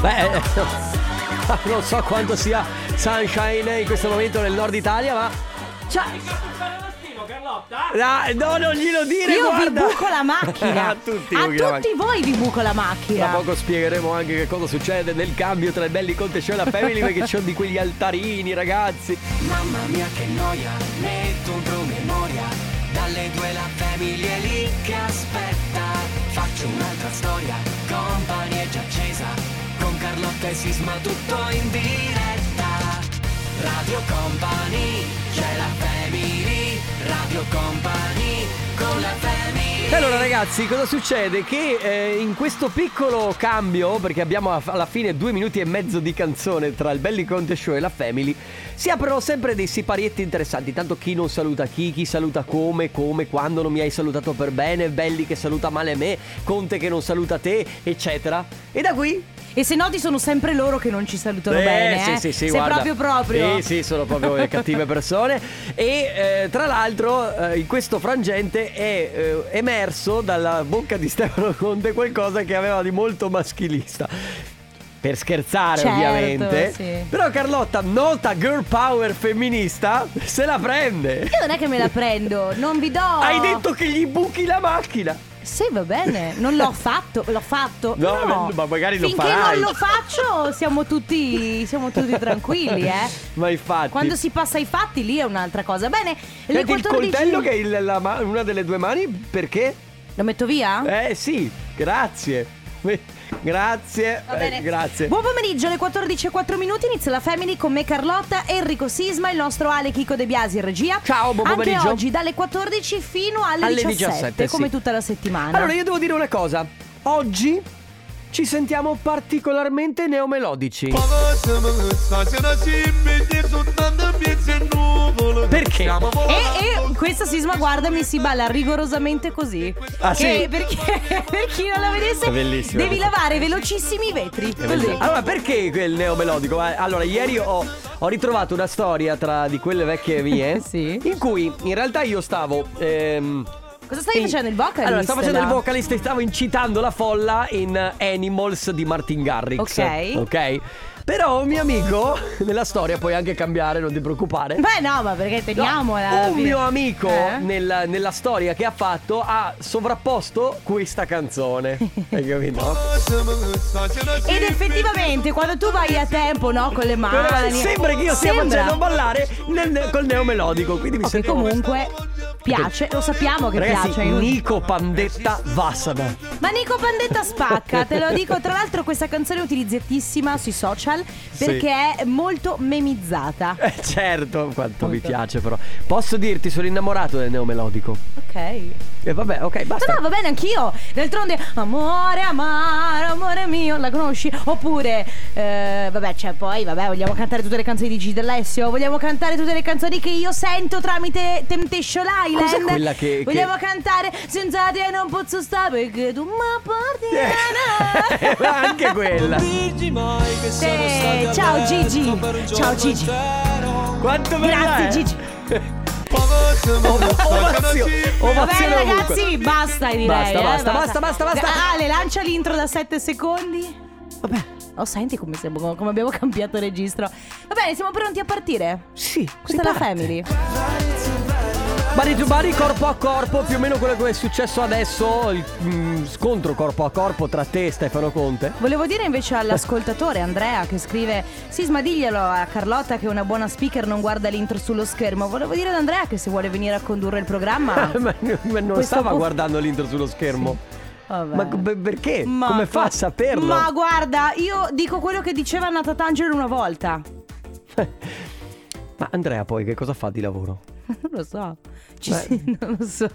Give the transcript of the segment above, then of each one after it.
Beh, eh, non so quanto sia sunshine in questo momento nel nord Italia, ma. Cioè, Ah, no, non glielo dire! Io vi guarda. buco la macchina. a tutti, A buchi la tutti voi vi buco Tra la macchina. poco spiegheremo anche che cosa succede nel cambio tra i belli Conte Show e la Family perché c'ho di quegli altarini, ragazzi. Mamma mia che noia, metto un promemoria. Dalle due la famiglia è lì che aspetta. Faccio un'altra storia, company è già accesa. Con Carlotta e Sisma tutto in diretta. Radio Company, c'è la family. Radio Company, con la family. E Allora ragazzi, cosa succede? Che eh, in questo piccolo cambio, perché abbiamo a- alla fine due minuti e mezzo di canzone tra il Belli Conte Show e la Family, si aprono sempre dei siparietti interessanti. Tanto chi non saluta chi, chi saluta come, come, quando non mi hai salutato per bene, Belli che saluta male me, Conte che non saluta te, eccetera. E da qui E se no ti sono sempre loro che non ci salutano Eh, bene. Sì, eh. sì, sì, Sei guarda. proprio proprio. Sì, sì, sono proprio le cattive persone. E eh, tra l'altro eh, in questo frangente è eh, emerso dalla bocca di Stefano Conte qualcosa che aveva di molto maschilista. Per scherzare Certo, ovviamente. sì. Però Carlotta, nota girl power femminista, se la prende. Io non è che me la prendo, non vi do. Hai detto che gli buchi la macchina. Sì, va bene, non l'ho fatto, l'ho fatto. No, ma magari lo Finché farai. non lo faccio, siamo tutti, siamo tutti tranquilli, eh. Ma infatti... Quando si passa ai fatti, lì è un'altra cosa. Bene, le Senti, il 14 coltello che è il- la ma- una delle due mani, perché? Lo metto via? Eh sì, grazie. Eh, Grazie. Va eh, bene. grazie. Buon pomeriggio, alle 14.04 minuti inizia la Family con me Carlotta, Enrico Sisma, il nostro Ale Chico De Biasi in regia. Ciao, buon pomeriggio. Anche oggi dalle 14 fino alle, Alle 17, 17, come sì. tutta la settimana. Allora, io devo dire una cosa. Oggi ci sentiamo particolarmente neomelodici. Perché? E, e questa sisma guardami si balla rigorosamente così. Ah, Che- sì? Perché per chi non la vedesse, È bellissimo. devi lavare velocissimi i vetri. Così. Allora, perché quel neomelodico? Eh, Allora, ieri ho, ho ritrovato una storia tra di quelle vecchie mie. Sì. In cui in realtà io stavo. ehm, Cosa stai in- facendo il vocalist? Allora, stavo facendo il là? vocalist e stavo incitando la folla in Animals di Martin Garrix. Ok. Ok. Però un mio amico, nella storia puoi anche cambiare, non ti preoccupare. Beh, no, ma perché No, teniamola. alla un fine. mio amico Eh? nella, nella storia che ha fatto ha sovrapposto questa canzone. Hai capito? Ed effettivamente quando tu vai a tempo, no? Con le Però mani. eh, sembra che io stia Ah, Sembra facendo ballare nel- col neomelodico. Quindi mi che sento. comunque piace, lo sappiamo che Ragazzi, piace. Nico Pandetta Vassana. Ma Nico Pandetta spacca, te lo dico. Tra l'altro, questa canzone è utilizzatissima sui social perché è molto memizzata. Eh, certo, quanto mi piace però. Posso dirti, sono innamorato del neomelodico. Ok. E vabbè, ok, basta. No, no, va bene anch'io. D'altronde, amore, amaro, amore mio, la conosci? Oppure, eh, vabbè, cioè, poi, vabbè, vogliamo cantare tutte le canzoni di G. D'Alessio. Vogliamo cantare tutte le canzoni che io sento tramite Temptation Island. Cos'è quella che- che- Vogliamo cantare Senza te non posso stare perché tu mi porti. Eh, ma anche quella. Sì, ciao Gigi. Ciao Gigi. Quanto bella Grazie è? Gigi. Ov- ovazione. Va bene Ovazione ovunque. ragazzi, basta direi. Oh, Basta, eh, basta, basta, basta, basta. Ale, lancia l'intro da 7 secondi. Vabbè. Oh, senti come, siamo- come abbiamo cambiato registro. Va bene, siamo pronti a partire. Sì, Questa è la family. Body to body, corpo a corpo, più o meno quello che è successo adesso, il mm, scontro corpo a corpo tra te e Stefano Conte. Volevo dire invece all'ascoltatore Andrea che scrive: Sisma, diglielo a Carlotta che una buona speaker non guarda l'intro sullo schermo. Volevo dire ad Andrea che se vuole venire a condurre il programma. Ma n- ma non Questa stava pu- guardando l'intro sullo schermo. Vabbè. Ma co- beh, perché? Come fa a saperlo? Ma guarda, io dico quello che diceva Nata Tangelo una volta. Ma Andrea poi che cosa fa di lavoro? Non lo so. Ci Beh. Ah, si- non lo so.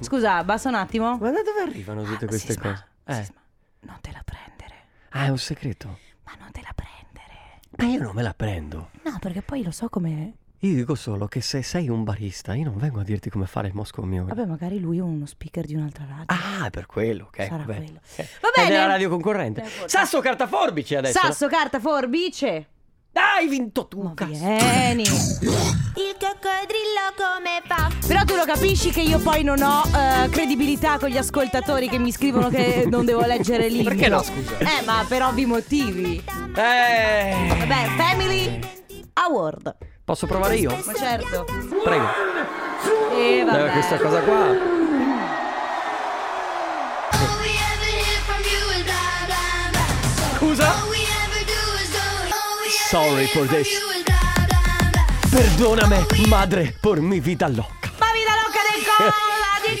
Scusa, basta un attimo. Ah, Ma da dove arrivano tutte queste Sisma, cose? Eh. Sisma, non te la prendere. Ah, è un segreto. Ma non te la prendere. Ma Ah, io non me la prendo. No, perché poi lo so come. Io dico solo che se sei un barista, io non vengo a dirti come fare il mosco mio. Vabbè, magari lui è uno speaker di un'altra radio. Ah, è per quello, ok. Sarà vabbè. quello. Eh, Va È bene. della radio concorrente. D'accordo. Sasso cartaforbice adesso. Sasso, carta, forbice. Dai, vinto tu, Ma cazzo. vieni. Il coccodrillo come fa? Però tu lo capisci che io poi non ho eh, credibilità con gli ascoltatori che mi scrivono che non devo leggere lì. Perché no, scusa? Eh, ma per ovvi motivi. Eh. Vabbè, Family Award. Posso provare io? Ma certo. Prego. E Eh, questa cosa qua. All we ever hear from you is blah blah blah. Scusa? All we ever do is go. All we ever Sorry hear for from this. you is blah blah blah. Perdoname, madre, por mi vita loca. Ma vi la locca del cola di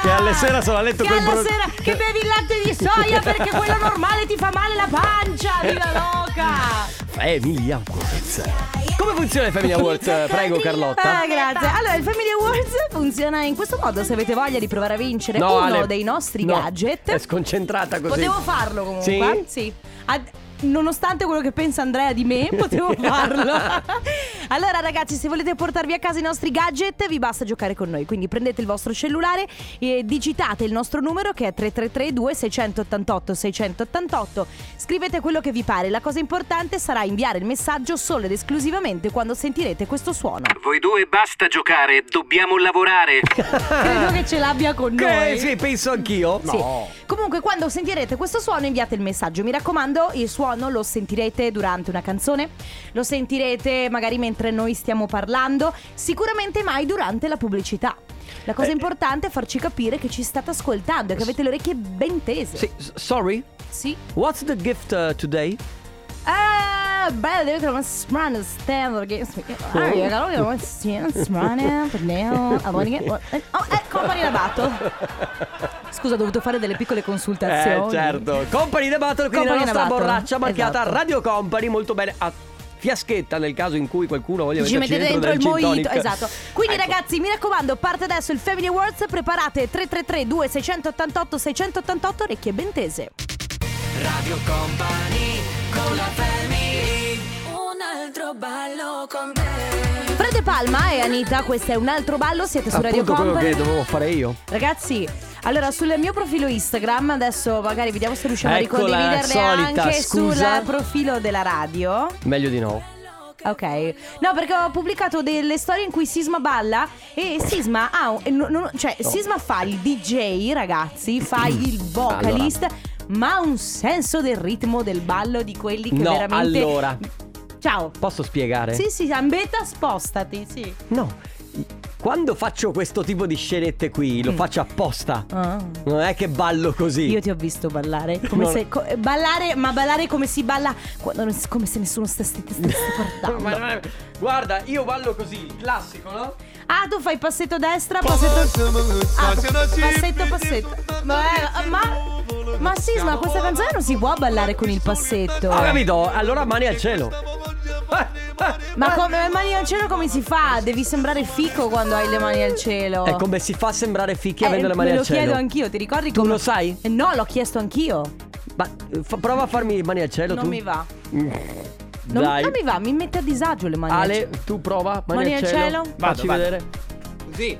che alle sera sono a letto che col alla bro- sera che bevi il latte di soia perché quello normale ti fa male la pancia, viva loca! Family Awards. Come funziona il Family Awards? Prego, Carlotta. Ah, grazie. Allora, il Family Awards funziona in questo modo, se avete voglia di provare a vincere Eh, uno Ale, dei nostri no, gadget. È sconcentrata così. Potevo farlo comunque. Sì? Ad- nonostante quello che pensa Andrea di me, potevo farlo. allora, ragazzi, se volete portarvi a casa i nostri gadget, vi basta giocare con noi. Quindi prendete il vostro cellulare e digitate il nostro numero che è 3332 688 688. Scrivete quello che vi pare. La cosa importante sarà inviare il messaggio solo ed esclusivamente quando sentirete questo suono. Voi due basta giocare, dobbiamo lavorare. Credo che ce l'abbia con noi. Ah. Che, sì, penso anch'io. Sì. Comunque, quando sentirete questo suono, inviate il messaggio. Mi raccomando, il suono lo sentirete durante una canzone, lo sentirete magari mentre noi stiamo parlando, sicuramente mai durante la pubblicità. La cosa Eh. importante è farci capire che ci state ascoltando e che avete le orecchie ben tese. Sì, s- sorry, Sì. what's the gift uh, today? Ah, bello, devo trovare un strano stand perché- Oh. Ah, io cavolo, devo trovare un strano, parliamo, allora, che- Oh, ecco, compagni da batto. Scusa, ho dovuto fare delle piccole consultazioni. Eh, certo. Company The Battle, quindi Company la The nostra Battle, borraccia marchiata esatto. Radio Company, molto bene. A fiaschetta nel caso in cui qualcuno voglia Ci metterci mettete dentro il del gin mojito, tonic. esatto. Quindi Ecco. ragazzi, mi raccomando, parte adesso il Family Awards, preparate 333 2688 688 orecchie bentese. Radio Company con la family. Un altro ballo con te. Frate Palma e Anita, questo è un altro ballo, siete su Radio Appunto quello Company. che dovevo fare io. Ragazzi, allora sul mio profilo Instagram, adesso magari vediamo se riusciamo Ecco a la ricondividerle solita, anche scusa. sul profilo della radio. Meglio di no. Ok, no perché ho pubblicato delle storie in cui Sisma balla e Sisma ha, un- e no- no- cioè Sisma fa il DJ ragazzi, fa il vocalist, ma ha un senso del ritmo del ballo di quelli che No, veramente... allora. Eh? Ciao. Posso spiegare? Sì, sì, Ambetta spostati, sì. No. Quando faccio questo tipo di scenette qui, lo faccio apposta. Ah. Non è che ballo così. Mm. Io ti ho visto ballare, come No. se, co- eh, ballare, ma ballare come si balla, quando non- come se nessuno stesse, ti stesse guardando. Ma non è- Guarda, io ballo così, il classico, no? Ah, tu fai passetto destra, passetto. Ah, passetto, passetto. Ma, eh, ma, ma sì, ma questa canzone non si può ballare con il passetto. Ho capito, allora mani al cielo. Ma come le mani al cielo come si fa? Devi sembrare fico quando hai le mani al cielo. È come si fa a sembrare fichi Eh, avendo le mani me al lo cielo. chiedo anch'io, ti ricordi Tu come- lo sai? Eh, No, l'ho chiesto anch'io. Ma eh, fa- prova a farmi le mani al cielo Non tu. mi va. Non, Dai. non mi va, mi mette a disagio le mani al Ale, cielo. tu prova mani, Mani al cielo? Vado, Facci vado. vedere. Così.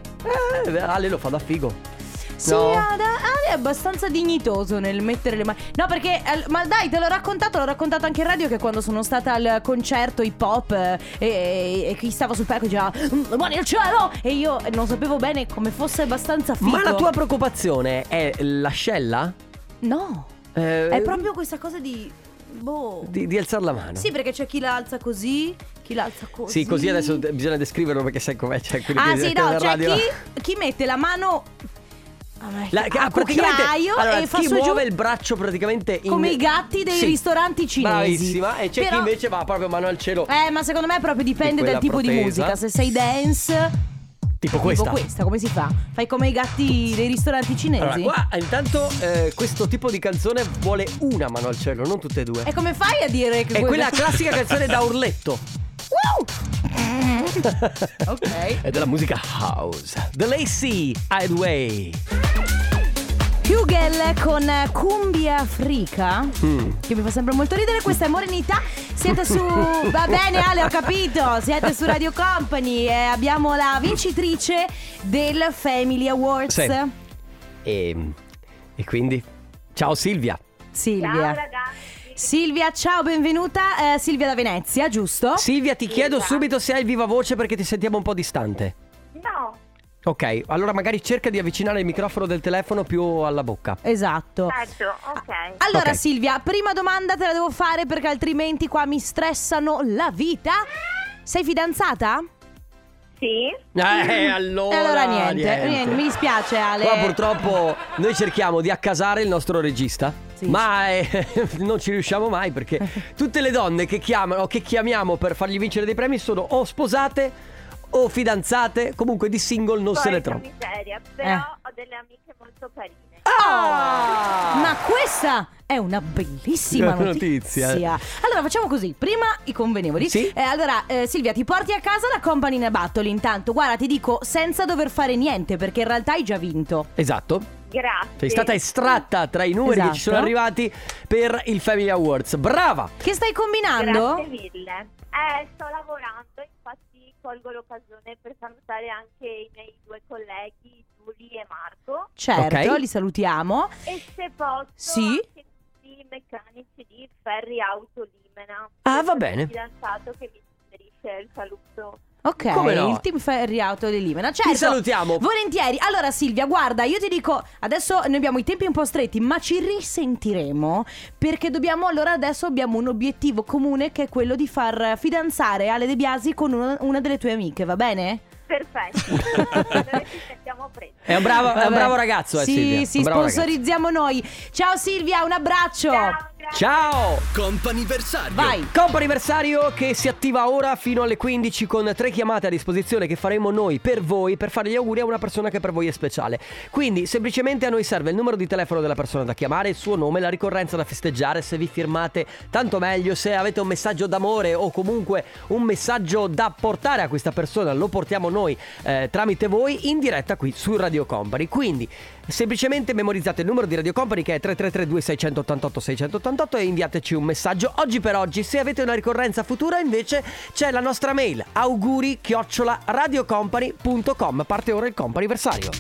Eh, Ale lo fa da figo. Sì, No. Ada, Ale è abbastanza dignitoso nel mettere le mani. No, perché. al- Ma dai, te l'ho raccontato, l'ho raccontato anche in radio che quando sono stata al concerto hip hop eh, e, e- e chi stava sul palco diceva "Mm, Mani al cielo! E io non sapevo bene come fosse abbastanza figo. Ma la tua preoccupazione è l'ascella? No, Eh, è proprio questa cosa di. Boh. di, di alzare la mano. Sì, perché c'è chi la alza così, chi la alza così. Sì, così adesso de- bisogna descriverlo perché sai com'è. Cioè, quindi Ah, bisogna sì, che no, la c'è radio- chi, chi mette la mano. a me- La- ah, a praticamente- cucchiaio allora, e fa chi su e giù muove il braccio praticamente in... Come i gatti dei Sì. ristoranti cinesi. Bravissima, e c'è Però- chi invece va proprio mano al cielo, Eh, ma secondo me proprio dipende Di quella dal tipo di protesa. musica. Se sei dance, tipo tipo questa. questa, come si fa? Fai come i gatti dei ristoranti cinesi. Allora, qua intanto eh, questo tipo di canzone vuole una mano al cielo, non tutte e due. E come fai a dire che È quella questo- classica canzone da urletto. Ok. È della musica house. The Lacey Hideaway. Hugel con Cumbia Africa. Mm. Che mi fa sempre molto ridere. Questa è Morenità. Siete su. Va bene, Ale, ho capito. Siete su Radio Company. E abbiamo la vincitrice del Family Awards. Sì. Ehm, E, e quindi, ciao Silvia. Silvia. Ciao ragazzi. Silvia, ciao, benvenuta. Eh, Silvia da Venezia, giusto? Silvia, ti chiedo subito se hai viva voce perché ti sentiamo un po' distante. No, Ok, allora magari cerca di avvicinare il microfono del telefono più alla bocca. Esatto. certo, ok. Allora Ok. Silvia, prima domanda te la devo fare perché altrimenti qua mi stressano la vita. Sei fidanzata? Sì, Eh, e allora. allora niente, niente, mi dispiace Ale. Qua purtroppo noi cerchiamo di accasare il nostro regista, Sì. ma eh, non ci riusciamo mai perché tutte le donne che chiamano, che chiamiamo per fargli vincere dei premi sono o sposate o fidanzate, comunque di single non se ne porca trova. miseria, però Eh. ho delle amiche molto carine. Ah! Oh! Ma questa è una bellissima Una notizia. notizia. Allora facciamo così, prima i convenevoli. Sì. Eh, allora eh, Silvia ti porti a casa la company in battle intanto. Guarda, ti dico senza dover fare niente perché in realtà hai già vinto. Esatto. Grazie. Sei stata estratta tra i numeri che ci sono Esatto. arrivati per il Family Awards. Brava! Che stai combinando? Grazie mille. Eh, sto lavorando, infatti colgo l'occasione per salutare anche i miei due colleghi, Giulia e Marco. Certo, Ok. li salutiamo. E se posso, Sì. anche i meccanici di Ferri Auto Limena. Ah, va Questo bene. è Il fidanzato che mi suggerisce il saluto. Ok, Come no? il team Ferri Auto di Limena. Certo. Ti salutiamo. Volentieri. Allora Silvia, guarda, io ti dico, adesso noi abbiamo i tempi un po' stretti, ma ci risentiremo perché dobbiamo allora adesso abbiamo un obiettivo comune che è quello di far fidanzare Ale De Biasi con una, una delle tue amiche, va bene? Perfetto. allora ci sentiamo presto. È un bravo, è un Vabbè. bravo ragazzo, eh, sì, Silvia. Sì, Un bravo ragazzo. sponsorizziamo noi. Ciao Silvia, un abbraccio. Ciao, grazie. Ciao! Comp'anniversario Vai. Compa anniversario che si attiva ora fino alle 15 con tre chiamate a disposizione che faremo noi per voi per fare gli auguri a una persona che per voi è speciale. Quindi semplicemente a noi serve il numero di telefono della persona da chiamare, il suo nome, la ricorrenza da festeggiare, se vi firmate tanto meglio, se avete un messaggio d'amore o comunque un messaggio da portare a questa persona, lo portiamo noi eh, tramite voi in diretta qui su Radio Company. Quindi semplicemente memorizzate il numero di Radio Company che è 3332 688 688 e inviateci un messaggio oggi per oggi. Se avete una ricorrenza futura invece c'è la nostra mail auguri chiocciola radiocompany.com. Parte ora il comp anniversario.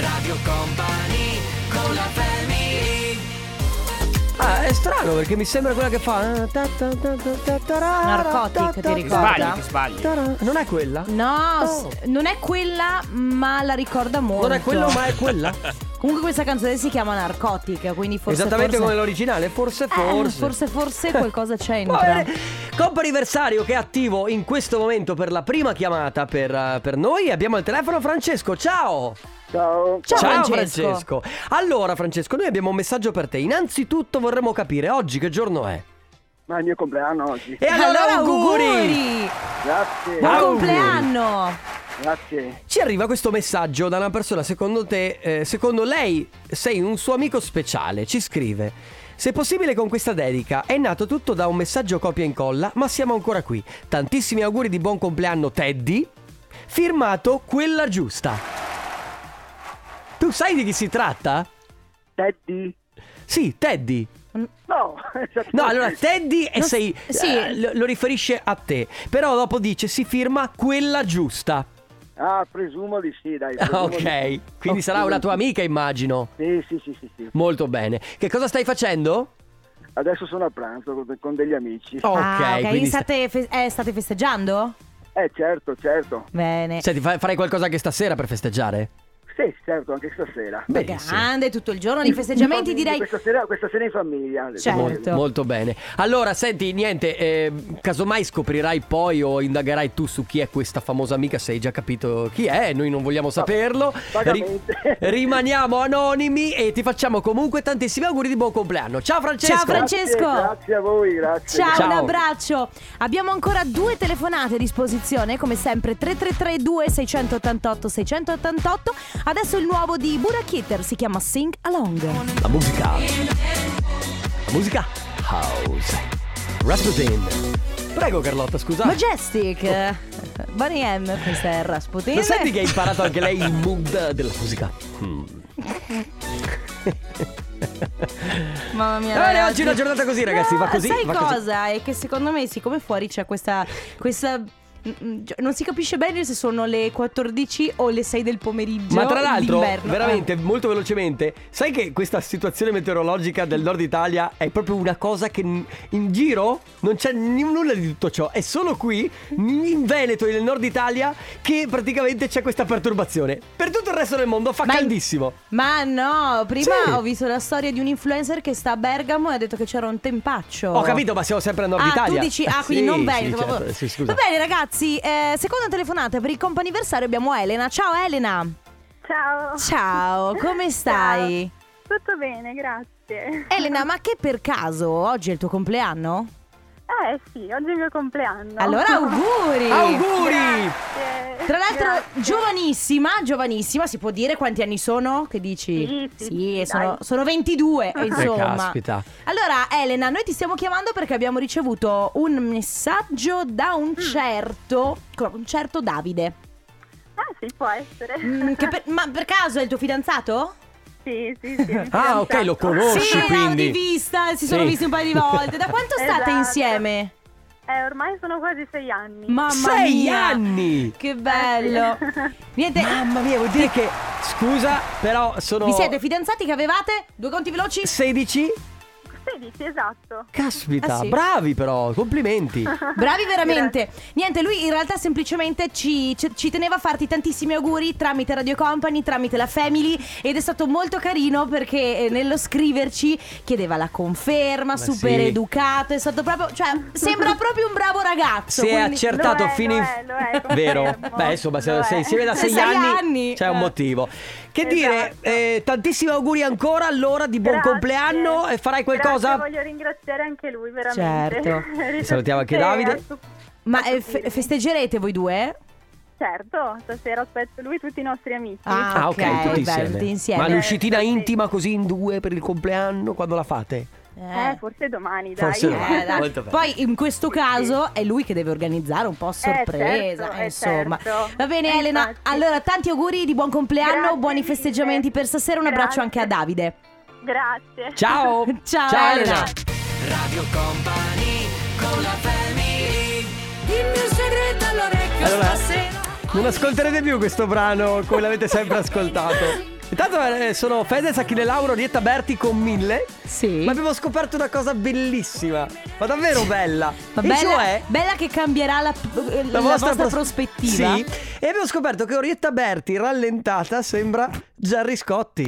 Radio Company con la Ah, è strano perché mi sembra quella che fa eh, ta ta ta ta ta ta ra, Narcotic, ta ti ta ricorda? ta ta ra. Non è quella? No, Oh. s- non è quella, ma la ricorda molto. Non è quello, ma è quella. Comunque questa canzone si chiama Narcotic, quindi forse Esattamente forse... come l'originale, forse Eh, forse. forse, forse qualcosa c'entra. Va bene. Coppa anniversario che è attivo in questo momento per la prima chiamata per, eh, per noi. Abbiamo il telefono Francesco, ciao! Ciao. Ciao, Francesco. Francesco. Allora Francesco, noi abbiamo un messaggio per te. Innanzitutto vorremmo capire oggi che giorno è. Ma è il mio compleanno oggi. E allora, auguri! Grazie. Buon Auguri. compleanno! Grazie. Ci arriva questo messaggio da una persona, secondo te, eh, secondo lei sei un suo amico speciale, ci scrive. Se possibile con questa dedica, è nato tutto da un messaggio copia e incolla, ma siamo ancora qui. Tantissimi auguri di buon compleanno Teddy, firmato quella giusta. Tu sai di chi si tratta? Teddy? Sì, Teddy. No. No, allora Teddy e eh, Non s- sei... sì. eh, lo- lo riferisce a te, però dopo dice si firma quella giusta. Ah, presumo di sì, dai. presumo di Ok, sì. quindi sarà una tua amica immagino. Sì, sì, sì, sì, sì. Molto bene. Che cosa stai facendo? Adesso sono a pranzo con, con degli amici. Ok, ah, ok, quindi sta- state, fe- eh, state festeggiando? Eh, certo, certo. Bene. Senti, fa- farai qualcosa anche stasera per festeggiare? Sì, certo, anche stasera. Benissimo. Grande, tutto il giorno di festeggiamenti In famiglia, direi... Questa sera, questa sera in famiglia. Certo. Mol- molto bene. Allora, senti, niente, eh, casomai scoprirai poi o indagherai tu su chi è questa famosa amica, se hai già capito chi è, noi non vogliamo saperlo. vagamente. rimaniamo anonimi e ti facciamo comunque tantissimi auguri di buon compleanno. Ciao Francesco! Ciao, Francesco. Grazie, Grazie a voi, grazie. Ciao, un Ciao. abbraccio. Abbiamo ancora due telefonate a disposizione, come sempre 3332 688 688. Adesso il nuovo di Burak Kitter si chiama Sing Along. La musica. La musica house. Rasputin. Prego Carlotta, scusa. Majestic. eh, Bunny M, questa è Rasputin. Lo Oh. senti che hai imparato anche lei il mood della musica? Mm. Mamma mia. Va bene, ragazzi. oggi è una giornata così, ragazzi, No, va così, Sai va così. cosa? È che secondo me, siccome fuori c'è questa. questa Mm, gi- Non si capisce bene se sono le 14 o le 6 del pomeriggio. Ma tra l'altro, d'inverno. Eh. veramente, molto velocemente, sai che questa situazione meteorologica del nord Italia è proprio una cosa che n- in giro non c'è n- nulla di tutto ciò. È solo qui, n- in Veneto e nel nord Italia, che praticamente c'è questa perturbazione. Per tutto il resto del mondo fa Ma- caldissimo. Ma no, prima Sì. ho visto la storia di un influencer che sta a Bergamo e ha detto che c'era un tempaccio. Ho capito, ma siamo sempre al nord Oh. ah, Italia. tu dici, ah, quindi Sì, non sì, Veneto. certo, proprio. sì, scusa. Va bene, ragazzi, eh, seconda telefonata per il comp'anniversario abbiamo Elena. Ciao Elena. Ciao. Ciao, come stai? Ciao. Tutto bene, grazie. Elena, ma che per caso oggi è il tuo compleanno? Eh sì, oggi è il mio compleanno. Allora auguri! Auguri! Grazie. Tra l'altro, Grazie. giovanissima, giovanissima, si può dire quanti anni sono? Che dici? Sì, sì, sì, sono, dai. sono 22, Eh, insomma. caspita. Allora, Elena, noi ti stiamo chiamando perché abbiamo ricevuto un messaggio da un Mm. certo, un certo Davide. Ah sì, può essere. Mm, che per- ma per caso è il tuo fidanzato? Sì, sì, sì. mi Ah, piace. ok, lo conosci sì, l'ho di quindi. vista, si sono Sì. visti un paio di volte. Da quanto state Esatto. insieme? Eh, ormai sono quasi sei anni. Mamma Sei mia! anni! Che bello! Niente, Mamma mia, vuol dire che. Scusa, però sono. vi siete fidanzati che avevate? Due conti veloci? 16? 16, esatto. Caspita, Ah, sì. Ah, bravi però, complimenti. Bravi veramente. Niente, lui in realtà semplicemente ci, ci- ci teneva a farti tantissimi auguri tramite Radio Company, tramite la Family ed è stato molto carino perché eh, nello scriverci chiedeva la conferma, Ma super sì. educato, è stato proprio, cioè sembra proprio un bravo ragazzo. Si è quindi- accertato Lo è, fino lo in... è, lo è, confermo. Vero? Beh, insomma, se Lo sei è. insieme da Da sei sei anni, anni, c'è un eh. motivo. Che Esatto. dire, eh, tantissimi auguri ancora, allora di buon Grazie. compleanno e farai qualcosa? Grazie, voglio ringraziare anche lui, veramente. Certo. Salutiamo anche Davide. Ma eh, fe- festeggerete voi due? Certo, stasera aspetto lui e tutti i nostri amici. Ah, ok, tutti bello, insieme. Ma tutti insieme. l'uscitina intima così in due per il compleanno, quando la fate? Eh, forse domani, dai. Forse domani. Eh, dai. Molto bene. Poi in questo caso è lui che deve organizzare un po' a sorpresa, Eh, certo, eh, eh, insomma. certo. Va bene Eh, Elena, infatti. allora tanti auguri di buon compleanno, Grazie buoni mille. festeggiamenti per stasera, un abbraccio Grazie. anche a Davide. Grazie. Ciao! Ciao, Elena. Allora, non ascolterete più questo brano come l'avete sempre ascoltato. Intanto eh, sono Fedez, Achille Lauro, Rietta Berti con mille. Sì. Ma abbiamo scoperto una cosa bellissima, ma davvero bella. Ma E bella, cioè bella che cambierà la, la vostra, pros- prospettiva. Sì. E abbiamo scoperto che Orietta Berti rallentata sembra Gerry Scotti.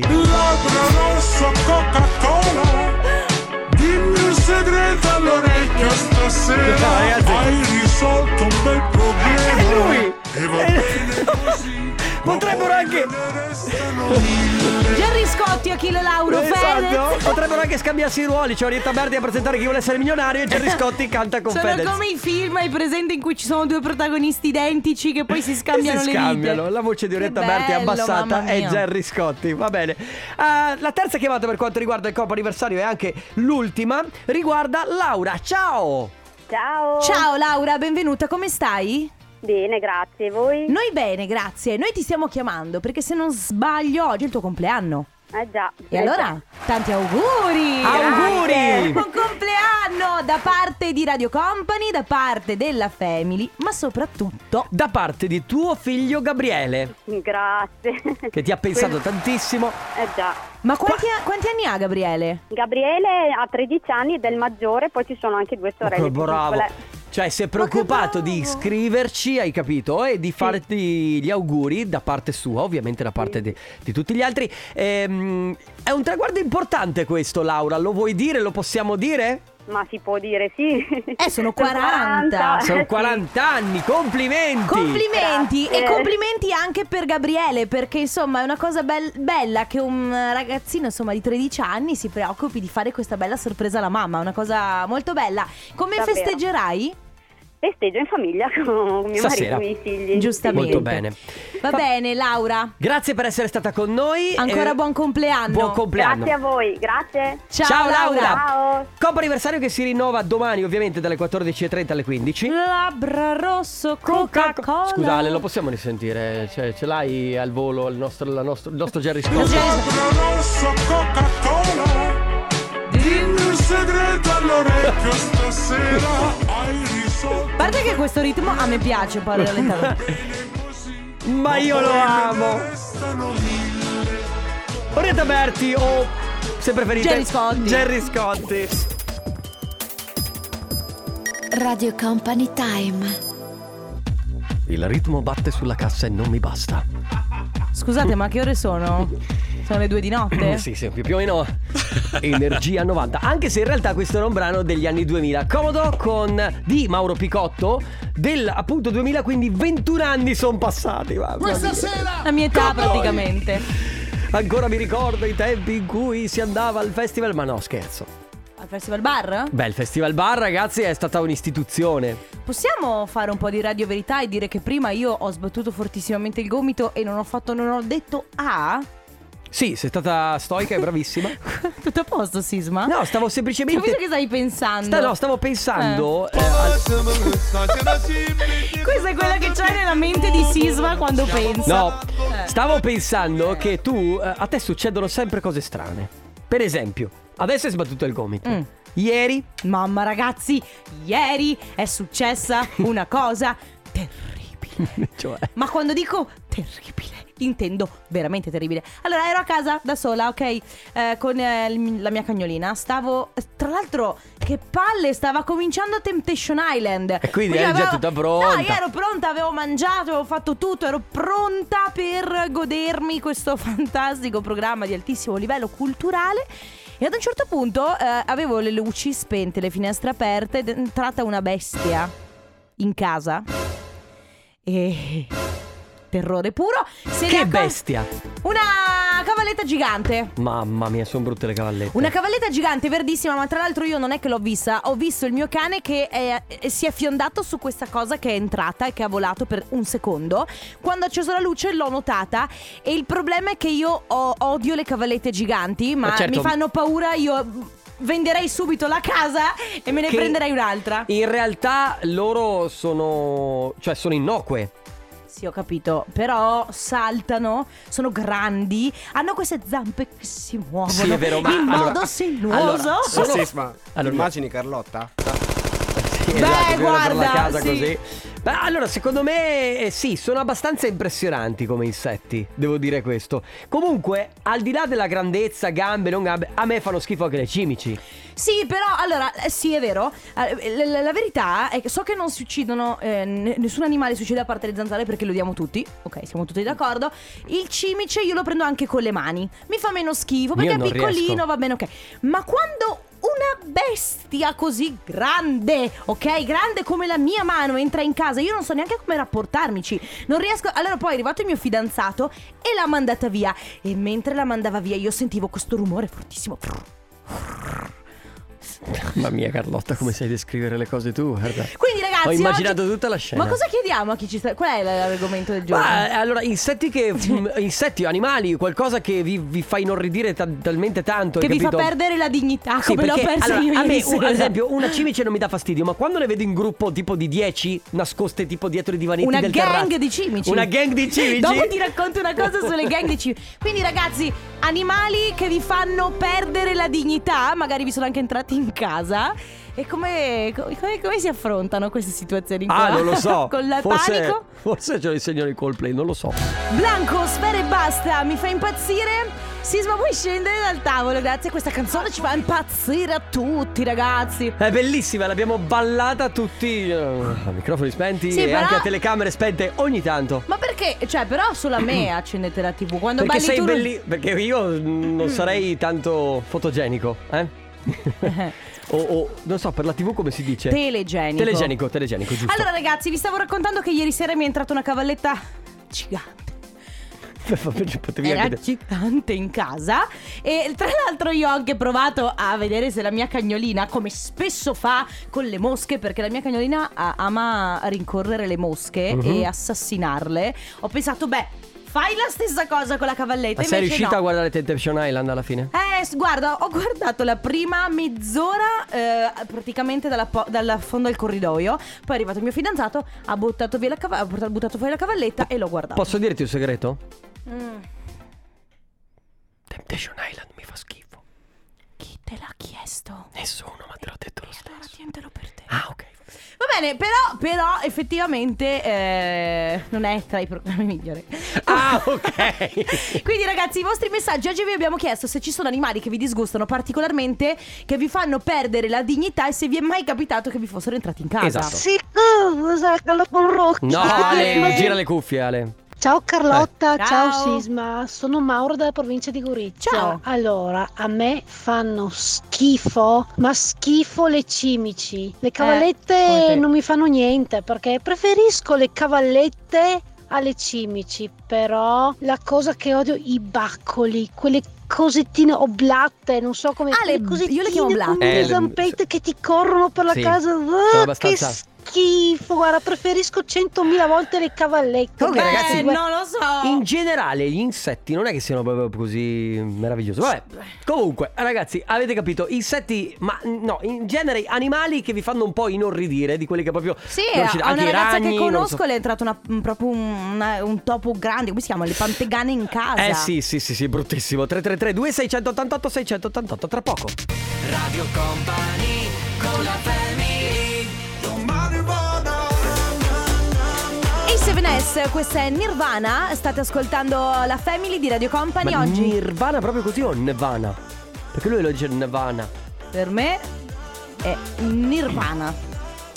Ciao, ragazzi. È lui! Potrebbero anche Gerry Scotti, Achille Lauro, esatto, Fedez. Potrebbero anche scambiarsi i ruoli C'è Orietta Berti a presentare chi vuole essere milionario E Gerry Scotti canta con sono Fedez come i film ai presenti in cui ci sono due protagonisti identici che poi si scambiano E si le scambiano. vite. La voce di Che Orietta Berti bello, abbassata mamma è mia. Gerry Scotti. Va bene. Ah, la terza chiamata per quanto riguarda il corpo anniversario e anche l'ultima riguarda Laura. Ciao! Ciao. Ciao Laura, benvenuta, come stai? Bene, grazie. Voi? Noi bene, grazie. Noi ti stiamo chiamando perché se non sbaglio oggi è il tuo compleanno. Eh già. E allora, tanti auguri! Auguri! Buon compleanno da parte di Radio Company, da parte della Family, ma soprattutto Da parte di tuo figlio Gabriele, Grazie. che ti ha pensato tantissimo. Eh già. Ma quanti, quanti anni ha Gabriele? Gabriele ha 13 anni ed è il maggiore, poi ci sono anche due sorelle. Oh, più bravo. piccole. Cioè, si è preoccupato bravo. di iscriverci, hai capito? E di farti gli auguri da parte sua, ovviamente da parte di, di tutti gli altri. Ehm, è un traguardo importante questo, Laura. Lo vuoi dire? Lo possiamo dire? Ma si può dire sì. Eh, sono 40. eh, Sono sì. 40 anni, complimenti! Complimenti Grazie. e complimenti anche per Gabriele perché insomma è una cosa bel- bella che un ragazzino insomma di 13 anni si preoccupi di fare questa bella sorpresa alla mamma, una cosa molto bella. Come Davvero. festeggerai? Festeggio in famiglia con mio Stasera. marito e i miei figli. Giustamente. Molto bene. Va Fa- bene Laura, Grazie per essere stata con noi. ancora Eh, buon compleanno. Buon Sì. compleanno. Grazie a voi, grazie. Ciao, Ciao, Laura. Ciao. Coppa anniversario che si rinnova domani, ovviamente, dalle 14.30 alle 15. Labbra rosso Coca-Cola. Scusate, lo possiamo risentire? Cioè, ce l'hai al volo il nostro, la nostro- il nostro Jerry Scott? Lo James- Dimmi un segreto all'orecchio stasera, hai risolto A parte che questo ritmo a me piace, parlo all'interno. Ma io lo amo. Orietta Berti o se preferite Gerry Scotti. Gerry Scotti. Radio Company Time. Il ritmo batte sulla cassa e non mi basta. Scusate, ma che ore sono? Sono le due di notte? Sì, sì, più più o meno Energia 90. Anche se in realtà questo era un brano degli anni 2000. Comodo con di Mauro Picotto del appunto 2000, quindi 21 anni sono passati. mamma mia. La mia età praticamente. Ancora mi ricordo i tempi in cui si andava al festival, ma no, scherzo. Al festival bar? Beh, il Festival Bar, ragazzi, è stata un'istituzione. Possiamo fare un po' di radio verità e dire che prima io ho sbattuto fortissimamente il gomito e non ho fatto, non ho detto A? Sì, sei stata stoica e bravissima. Tutto a posto, Sisma? No, stavo Ho visto semplicemente. Cioè, che stai pensando. Sta- no, stavo pensando. eh, al- Eh. Questa è quella che c'è nella mente di Sisma quando pensa. No, eh. stavo pensando che tu. eh, a te succedono sempre cose strane. Per esempio, adesso hai sbattuto il gomito. Mm. Ieri, Mamma ragazzi, ieri è successa una cosa terribile. cioè, Ma quando dico terribile, intendo veramente terribile. Allora, ero a casa da sola, ok? Eh, con eh, il- la mia cagnolina. Stavo. Tra l'altro, che palle! Stava cominciando Temptation Island. E quindi eri già tutta pronta. No, io ero pronta, avevo mangiato, avevo fatto tutto, ero pronta per godermi questo fantastico programma di altissimo livello culturale. E ad un certo punto eh, avevo le luci spente, le finestre aperte ed è entrata una bestia in casa. E... Terrore puro. Se ne che accom- bestia! Una cavalletta gigante. Mamma mia, sono brutte le cavallette. Una cavalletta gigante verdissima, ma tra l'altro io non è che l'ho vista, ho visto il mio cane che è- eh, si è fiondato su questa cosa che è entrata e che ha volato per un secondo. Quando ho acceso la luce l'ho notata e il problema è che io ho- odio le cavallette giganti, ma Eh, certo. mi fanno paura, io venderei subito la casa e me ne Che- prenderei un'altra. In realtà loro sono. cioè, sono innocue. Sì, ho capito, però saltano, sono grandi, hanno queste zampe che si muovono Sì, è vero, ma in allora- modo sinuoso. allora, Sono... Sono- Sisma, Allora- immagini Carlotta? Sì, esatto, quella per la guarda, casa sì. così. Beh, allora, secondo me eh, sì, sono abbastanza impressionanti come insetti, devo dire questo. Comunque, al di là della grandezza, gambe, non gambe, a me fanno schifo anche le cimici. Sì, però allora, eh, sì, è vero. Eh, La, la- la verità è che so che non si uccidono, eh, ne- nessun animale si uccide a parte le zanzare perché lo diamo tutti. Ok, siamo tutti d'accordo. Il cimice io lo prendo anche con le mani. Mi fa meno schifo perché Io è non piccolino, riesco. va bene, ok. Ma quando una bestia così grande, ok, grande come la mia mano entra in casa, io non so neanche come rapportarmici. Non riesco. Allora poi è arrivato il mio fidanzato e l'ha mandata via. E mentre la mandava via io sentivo questo rumore fortissimo. Mamma mia, Carlotta, come sai descrivere le cose tu? Guarda. Quindi ragazzi Ho immaginato oggi- tutta la scena. Ma cosa chiediamo a chi ci sta? Qual è l- l'argomento del giorno? Ma eh, allora, insetti che. mm, insetti, animali, qualcosa che vi, vi fa inorridire ta- talmente tanto. che hai vi fa capito? perdere la dignità Sì, come l'ho perché, persa allora, io a ieri me, sera. ad esempio, una cimice non mi dà fastidio, ma quando ne vedo in gruppo tipo di 10 nascoste tipo dietro i divanetti Una del gang terrazzo- di cimici. Una gang di cimici. Cioè, Dopo ti racconto una cosa sulle gang di cimici. Quindi ragazzi, animali che vi fanno perdere la dignità, magari vi sono anche entrati in casa. E come, co- come- come si affrontano queste situazioni qua? Ah, non lo so. Con il forse, panico? Forse ce lo insegnano i Coldplay, non lo so. Blanco, sfera e basta, mi fa impazzire. Sisma, vuoi scendere dal tavolo? Grazie, questa canzone ci fa impazzire a tutti, ragazzi. È bellissima, l'abbiamo ballata tutti. eh, A microfoni spenti Sì, e però- anche a telecamere spente ogni tanto. Ma perché? Cioè, però solo a me accendete la TV. Quando perché balli sei tu non- belli- Perché io mm, non sarei tanto fotogenico, eh? o, o, non so, per la TV come si dice? Eh, Telegenico. Telegenico, telegenico, giusto. Allora, ragazzi, vi stavo raccontando che ieri sera mi è entrata una cavalletta gigante. Potevi Era anche de- gigante in casa. E tra l'altro, io ho anche provato a vedere se la mia cagnolina, come spesso fa con le mosche, perché la mia cagnolina ah, ama rincorrere le mosche Mhm. e assassinarle. Ho pensato, beh, fai la stessa cosa con la cavalletta. Ma sei invece riuscita no. a guardare Temptation Island alla fine? Eh, s- guarda, ho guardato la prima mezz'ora eh, praticamente dalla, po- dalla fondo del corridoio. Poi è arrivato il mio fidanzato, ha buttato, via la cava- ha portato- buttato fuori la cavalletta e l'ho guardata. Posso dirti un segreto? Mm. Temptation Island mi fa schifo. Chi te te l'ha chiesto? Nessuno, ma te l'ho detto lo Allora stesso. tientelo per te. Ah, ok. Va bene, però, però effettivamente eh, non è tra i programmi migliori. Ah, ok. Quindi ragazzi, i vostri messaggi oggi vi abbiamo chiesto se ci sono animali che vi disgustano particolarmente, che vi fanno perdere la dignità e se vi è mai capitato che vi fossero entrati in casa. Esatto. Scusa, corrotta. No, Ah, Ale, non gira le cuffie, Ale. Ciao Carlotta, Eh. Ciao. ciao. Sisma, sono Mauro della provincia di Gorizia. Ciao. Allora, a me fanno schifo, ma schifo le cimici. Le cavallette Eh, come te. non mi fanno niente perché preferisco le cavallette alle cimici, però la cosa che odio i baccoli, quelle cosettine oblate, non so come Ah, le- quelle cosettine io le chiamo blatte. come Eh, le- le zampette che ti corrono per la Sì. casa. Sono Ah, che abbastanza- schifo, guarda, preferisco centomila volte le cavallette. Comunque, Beh, ragazzi, non lo so. In generale gli insetti non è che siano proprio così meravigliosi. Vabbè. Comunque, ragazzi, avete capito, insetti, ma no, in genere animali che vi fanno un po' inorridire, di quelli che proprio Sì, non a ci- a anche una i ragazza ragni, che non conosco so- le è entrato una- un- proprio un, una- un topo grande, come si chiama? Le pantegane in casa. Eh sì, sì, sì, sì, bruttissimo. 333 2688 688 tra poco. Radio Company con la family Ehi 7S, questa è Nirvana, state ascoltando la Family di Radio Company Ma oggi. Nirvana proprio così o Nevana? Perché lui lo dice Nevana. per me è Nirvana.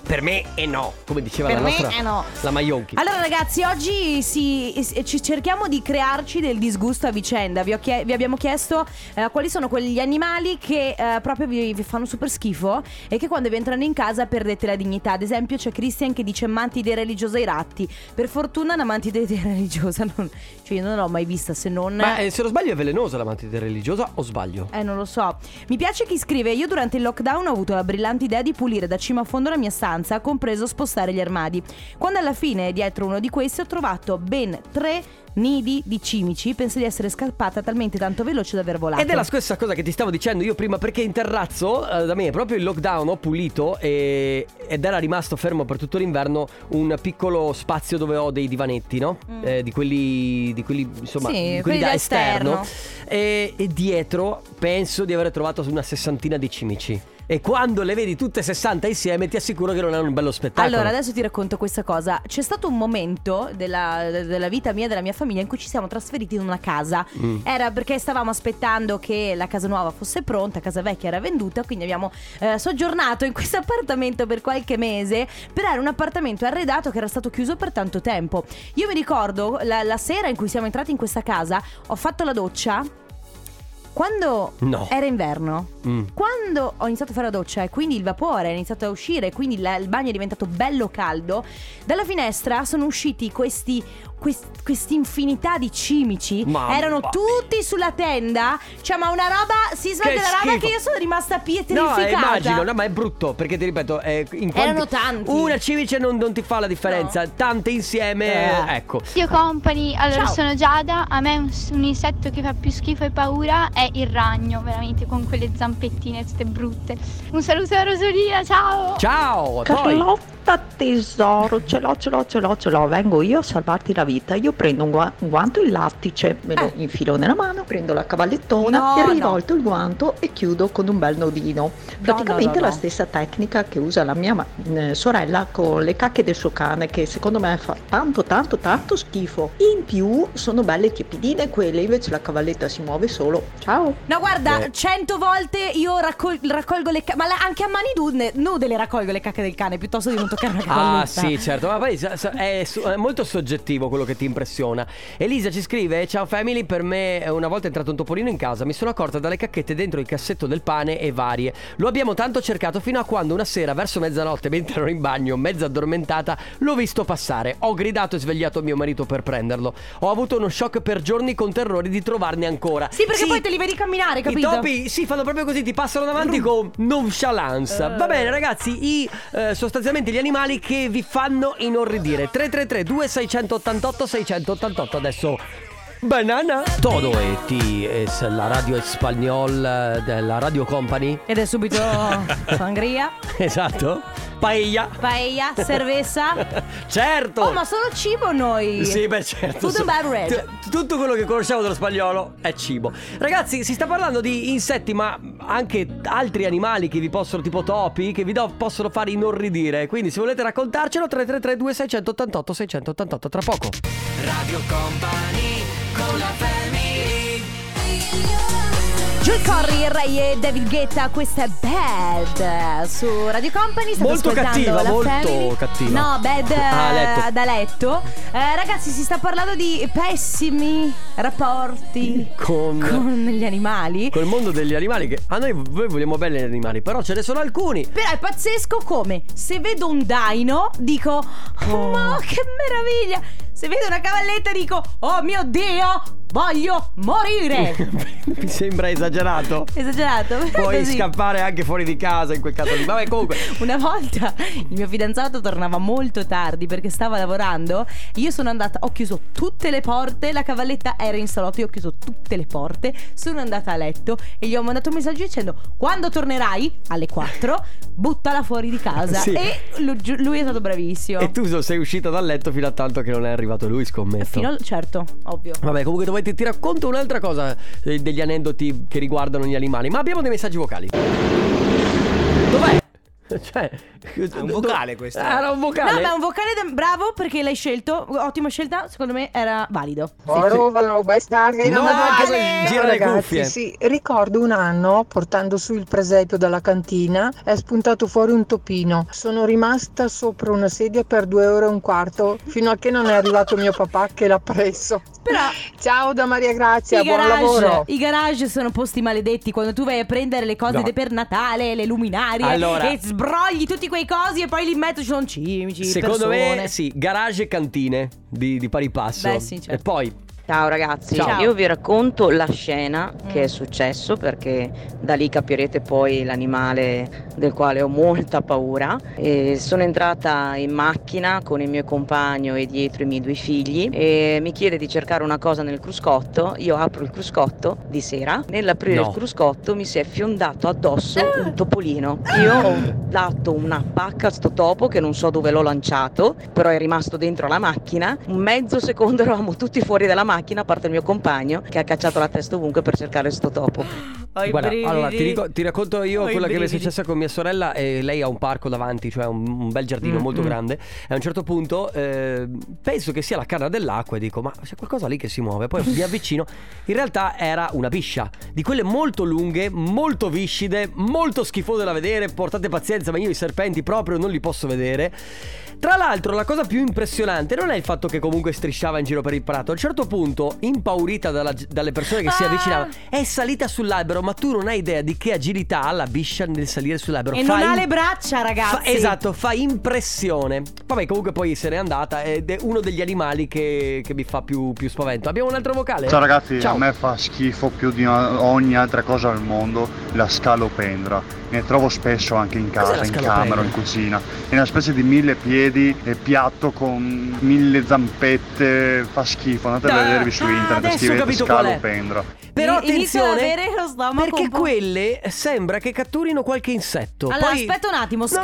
Per me è no, come diceva Per la me nostra è no. la Maionchi. Allora ragazzi, oggi si- eh, ci cerchiamo di crearci del disgusto a vicenda. Vi, ho chie- vi abbiamo chiesto eh, quali sono quegli animali che eh, proprio vi, vi fanno super schifo e che quando vi entrano in casa perdete la dignità. Ad esempio c'è Christian che dice mantide religiosa ai ratti. Per fortuna una mantide religiosa non... Cioè io non l'ho mai vista se non... Ma eh, se non sbaglio è velenosa la matita religiosa o sbaglio? Eh, non lo so. Mi piace chi scrive: Io durante il lockdown ho avuto la brillante idea di pulire da cima a fondo la mia stanza, compreso spostare gli armadi. Quando alla fine, dietro uno di questi, ho trovato ben tre nidi di cimici. Penso di essere scappata talmente tanto veloce da aver volato. Ed è la stessa cosa che ti stavo dicendo io prima perché in terrazzo eh, da me proprio il lockdown ho pulito e- ed era rimasto fermo per tutto l'inverno un piccolo spazio dove ho dei divanetti, no? Mm. Eh, di quelli di quelli insomma, Sì, di quelli da E, e dietro penso di aver trovato una sessantina di cimici. E quando le vedi tutte 60 insieme ti assicuro che non è un bello spettacolo. Allora, adesso ti racconto questa cosa. C'è stato un momento della, della vita mia e della mia famiglia in cui ci siamo trasferiti in una casa. Mm. Era perché stavamo aspettando che la casa nuova fosse pronta, casa vecchia era venduta, quindi abbiamo eh, soggiornato in questo appartamento per qualche mese, però era un appartamento arredato che era stato chiuso per tanto tempo. Io mi ricordo la, la sera in cui siamo entrati in questa casa, ho fatto la doccia quando No. era inverno. Mm. Quando ho iniziato a fare la doccia e quindi il vapore è iniziato a uscire, quindi la- il bagno è diventato bello caldo, dalla finestra sono usciti questi quest- quest'infinità di cimici. Mamma Erano mia. tutti sulla tenda. Cioè, ma una roba, si Che smette la roba schifo. che io sono rimasta No, pietrificata. eh, immagino, no, ma è brutto perché ti ripeto, eh, in quanti- Erano tanti. Una cimice non, non ti fa la differenza, tante insieme, Eh. eh, ecco. Radio Company, allora Ciao. sono Giada, a me un, un insetto che fa più schifo e paura è il ragno, veramente con quelle zampettine tutte brutte. Un saluto a Rosolina, ciao! Ciao, poi. Carlotta tesoro, ce l'ho, ce l'ho, ce l'ho, ce l'ho, vengo io a salvarti la vita, io prendo un, gua- un guanto e il lattice, me lo infilo nella mano, prendo la cavallettona Eh. No, no. e rivolto il guanto e chiudo con un bel nodino. Praticamente no, no. la stessa tecnica che usa la mia ma- eh, sorella con le cacche del suo cane che secondo me fa tanto tanto tanto schifo. In più sono belle tiepidine quelle, invece la cavalletta si muove solo. Ciao! No, guarda, Beh. cento volte io raccol- raccolgo le cacche, ma la- anche a mani nude, nude le raccolgo le cacche del cane piuttosto di non toccare una cavalletta. Ah sì certo, ma poi sa- sa- è, su- è molto soggettivo quello che ti impressiona. Elisa ci scrive, ciao family, per me eh, una volta è entrato un topolino in casa, mi sono accorta dalle cacchette dentro il cassetto del pane e varie. Lo abbiamo tanto cercato fino a quando una sera verso mezzanotte, mentre ero in bagno, mezza addormentata, l'ho visto passare. Ho gridato e svegliato mio marito per prenderlo. Ho avuto uno shock per giorni con terrore di trovarne ancora. Sì, perché poi te li vedi camminare, capito? I topi sì, fanno proprio così, ti passano davanti con nonchalance. Eh. Va bene, ragazzi, i eh, sostanzialmente gli animali che vi fanno inorridire. 333 2688 688 adesso Banana Todo e ti es la radio espagnol della Radio Company. Ed è subito sangria. Esatto. paella. Paella, cerveza. Certo. Oh, ma solo cibo noi. Sì, beh, certo. Food and beverage. T- tutto quello che conosciamo dello spagnolo è cibo. Ragazzi, si sta parlando di insetti, ma anche altri animali che vi possono, tipo topi, che vi do- possono far inorridire. Quindi, se volete raccontarcelo, 333 2688 688 tra poco. Radio Company con la family Joy Corry, il Ray e David Guetta, questa è Bad su Radio Company. State Molto ascoltando cattiva, la molto Family. cattiva. No, Bad eh, Ah, letto. da letto. Eh, ragazzi, si sta parlando di pessimi rapporti Con. con gli animali. Col mondo degli animali, che a noi, noi vogliamo bene gli animali, però ce ne sono alcuni. Però è pazzesco come se vedo un daino dico oh, ma che meraviglia. Se vedo una cavalletta dico oh mio Dio, voglio morire. Mi sembra esagerato. Esagerato, però è Puoi così. scappare anche fuori di casa in quel caso lì. Vabbè, comunque. Una volta il mio fidanzato tornava molto tardi perché stava lavorando. Io sono andata, ho chiuso tutte le porte. La cavalletta era in salotto. Io ho chiuso tutte le porte. Sono andata a letto e gli ho mandato un messaggio dicendo: Quando tornerai alle 4, buttala fuori di casa. Sì. E lu- giu- lui è stato bravissimo. E tu sei uscita dal letto fino a tanto che non è arrivato lui, scommetto. Fino al certo, ovvio. Vabbè, comunque dovete ti racconto un'altra cosa eh, degli aneddoti che riguardano gli animali, ma abbiamo dei messaggi vocali. Dov'è? Cioè, è un vocale questo. Era un vocale. No, ma è un vocale de- bravo perché l'hai scelto. Ottima scelta, secondo me era valido. Orvalo, bastardi, No, non anche se gira le ragazzi, cuffie. Sì, ricordo un anno portando su il presepio dalla cantina, è spuntato fuori un topino. Sono rimasta sopra una sedia per due ore e un quarto fino a che non è arrivato mio papà che l'ha preso. Però Ciao da Maria Grazia, I buon garage, lavoro. I garage sono posti maledetti quando tu vai a prendere le cose No. de- per Natale, le luminarie Allora. e sbrogli tutti quei cosi e poi lì in mezzo ci sono cimici. Secondo persone. me, sì, garage e cantine di, di pari passo. Beh, sì, certo. E poi, Ciao ragazzi, Ciao. io vi racconto la scena Mm. che è successo perché da lì capirete poi l'animale del quale ho molta paura. E sono entrata in macchina con il mio compagno e dietro i miei due figli e mi chiede di cercare una cosa nel cruscotto, io apro il cruscotto di sera, nell'aprire No. il cruscotto mi si è fiondato addosso un topolino. Io ho dato una pacca a sto topo che non so dove l'ho lanciato, però è rimasto dentro la macchina. Un mezzo secondo eravamo tutti fuori dalla macchina, a parte il mio compagno che ha cacciato la testa ovunque per cercare sto topo. Ho i guarda, brividi. allora ti, dico- ti racconto io Ho i quella che mi è brividi. successa con mia sorella. E lei ha un parco davanti, cioè un, un bel giardino Mm, molto mm. grande. E a un certo punto eh, penso che sia la canna dell'acqua e dico: Ma c'è qualcosa lì che si muove. Poi mi avvicino. In realtà era una biscia di quelle molto lunghe, molto viscide, molto schifose da vedere. Portate pazienza, ma io i serpenti proprio non li posso vedere. Tra l'altro, la cosa più impressionante non è il fatto che comunque strisciava in giro per il prato. A un certo punto, impaurita dalla- dalle persone che si Ah! avvicinavano, è salita sull'albero, ma tu non hai idea di che agilità ha la biscia nel salire sull'albero. E Fa non ha im- le braccia, ragazzi. fa- esatto, fa impressione. Vabbè, comunque poi se n'è andata ed è uno degli animali che, che mi fa più, più spavento. Abbiamo un altro vocale? Ciao ragazzi, Ciao. a me fa schifo più di una- ogni altra cosa al mondo la scalopendra. Ne trovo spesso anche in Cos'è casa, la in scalopendra? camera, in cucina. È una specie di mille piedi e piatto con mille zampette, fa schifo. Andate Ah, a vedervi su ah, internet, adesso ho scrivete capito qual è. scalopendra. Però I- inizio ad attenzione, avere lo stomaco perché un po'- quelle sembra che catturino qualche insetto. Allora, Poi- aspetta un attimo, No, no.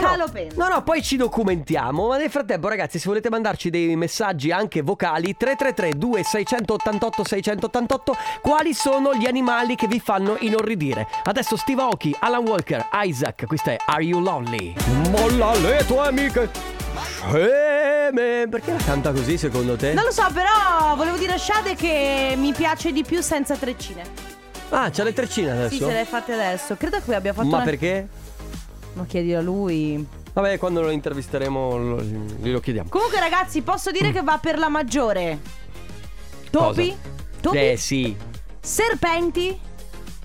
No, scalopendra. no, poi ci documentiamo. Ma nel frattempo, ragazzi, se volete mandarci dei messaggi anche vocali, 333-2688-688, quali sono gli animali che vi fanno inorridire? Adesso Steve Aoki, Alan Walker, Isaac, questa è Are You Lonely? Molla le tue amiche sceme. Perché la canta così, secondo te? Non lo so, però volevo dire a Shade che mi piace di più senza treccine. Ah, c'ha le treccine adesso? Sì, se le hai fatte adesso. Credo che abbia fatto Ma una... perché? Ma chiedilo a lui. Vabbè, quando lo intervisteremo lo- glielo chiediamo. Comunque, ragazzi, posso Mm. dire che va per la maggiore. Topi? Topi? Eh sì. Serpenti?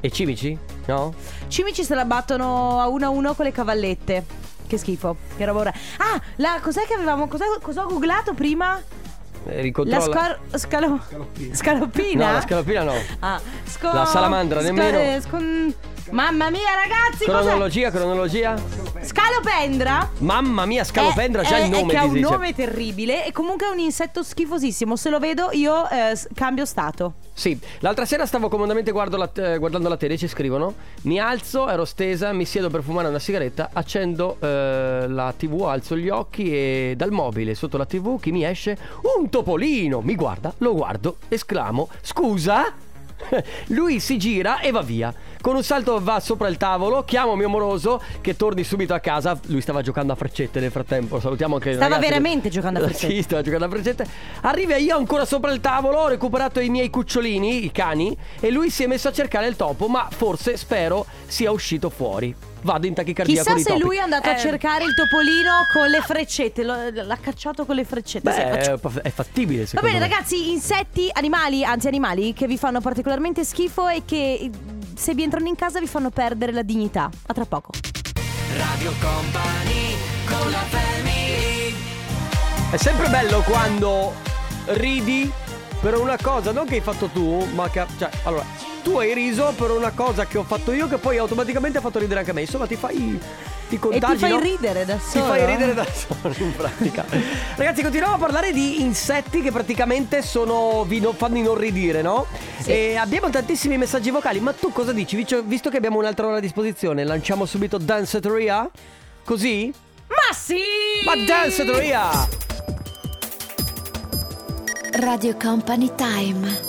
E cimici? No? Cimici se la battono a uno a uno con le cavallette. Che schifo, che roba ora. Ah, la, cos'è che avevamo? Cosa, cosa ho googlato prima? Eh, Ricontrolla. La scor- scalo- scaloppina. No, la scalopina no. Ah, sco- La salamandra sco- nemmeno. eh, scon- Mamma mia, ragazzi, cos'è? cronologia, cronologia. Scalopendra? Mamma mia, scalopendra, È- già è- il nome è Eh, che ha ti un dice. nome terribile e comunque è un insetto schifosissimo. Se lo vedo io eh, s- cambio stato. Sì, l'altra sera stavo comodamente guardo la- eh, guardando la tele, ci scrivono. Mi alzo, ero stesa, mi siedo per fumare una sigaretta, accendo eh, la TV, alzo gli occhi e dal mobile sotto la TV chi mi esce? Un topolino! Mi guarda, lo guardo, esclamo: "Scusa?" Lui si gira e va via. Con un salto va sopra il tavolo, chiamo mio moroso che torni subito a casa. Lui stava giocando a freccette nel frattempo. Salutiamo anche Stava ragazzi che- veramente giocando a freccette. Sì, stava giocando a freccette. Arriva io ancora sopra il tavolo, ho recuperato i miei cucciolini, i cani, e lui si è messo a cercare il topo, ma forse, spero, sia uscito fuori. Vado in tachicardia Chissà con i se topi. lui è andato a Eh, cercare il topolino con le freccette. lo- l'ha cacciato con le freccette. sì. Beh, è è fattibile Va secondo bene, me. ragazzi, insetti, animali, anzi animali che vi fanno particolarmente schifo e che se vi entrano in casa vi fanno perdere la dignità. A tra poco. Radio Company con la family È sempre bello quando ridi per una cosa non che hai fatto tu, ma che. Cioè, allora, tu hai riso per una cosa che ho fatto io, che poi automaticamente ha fatto ridere anche me. Insomma, ti fai. Ti E contagi. ti fai no? ridere da Ti solo. fai ridere da solo in pratica. Ragazzi, continuiamo a parlare di insetti che praticamente sono, vi no- fanno inorridire, no? E abbiamo tantissimi messaggi vocali, ma tu cosa dici? Vicio- Visto che abbiamo un'altra ora a disposizione, lanciamo subito Dance Teoria? Così? Ma sì! Ma Dance Teoria! Radio Company Time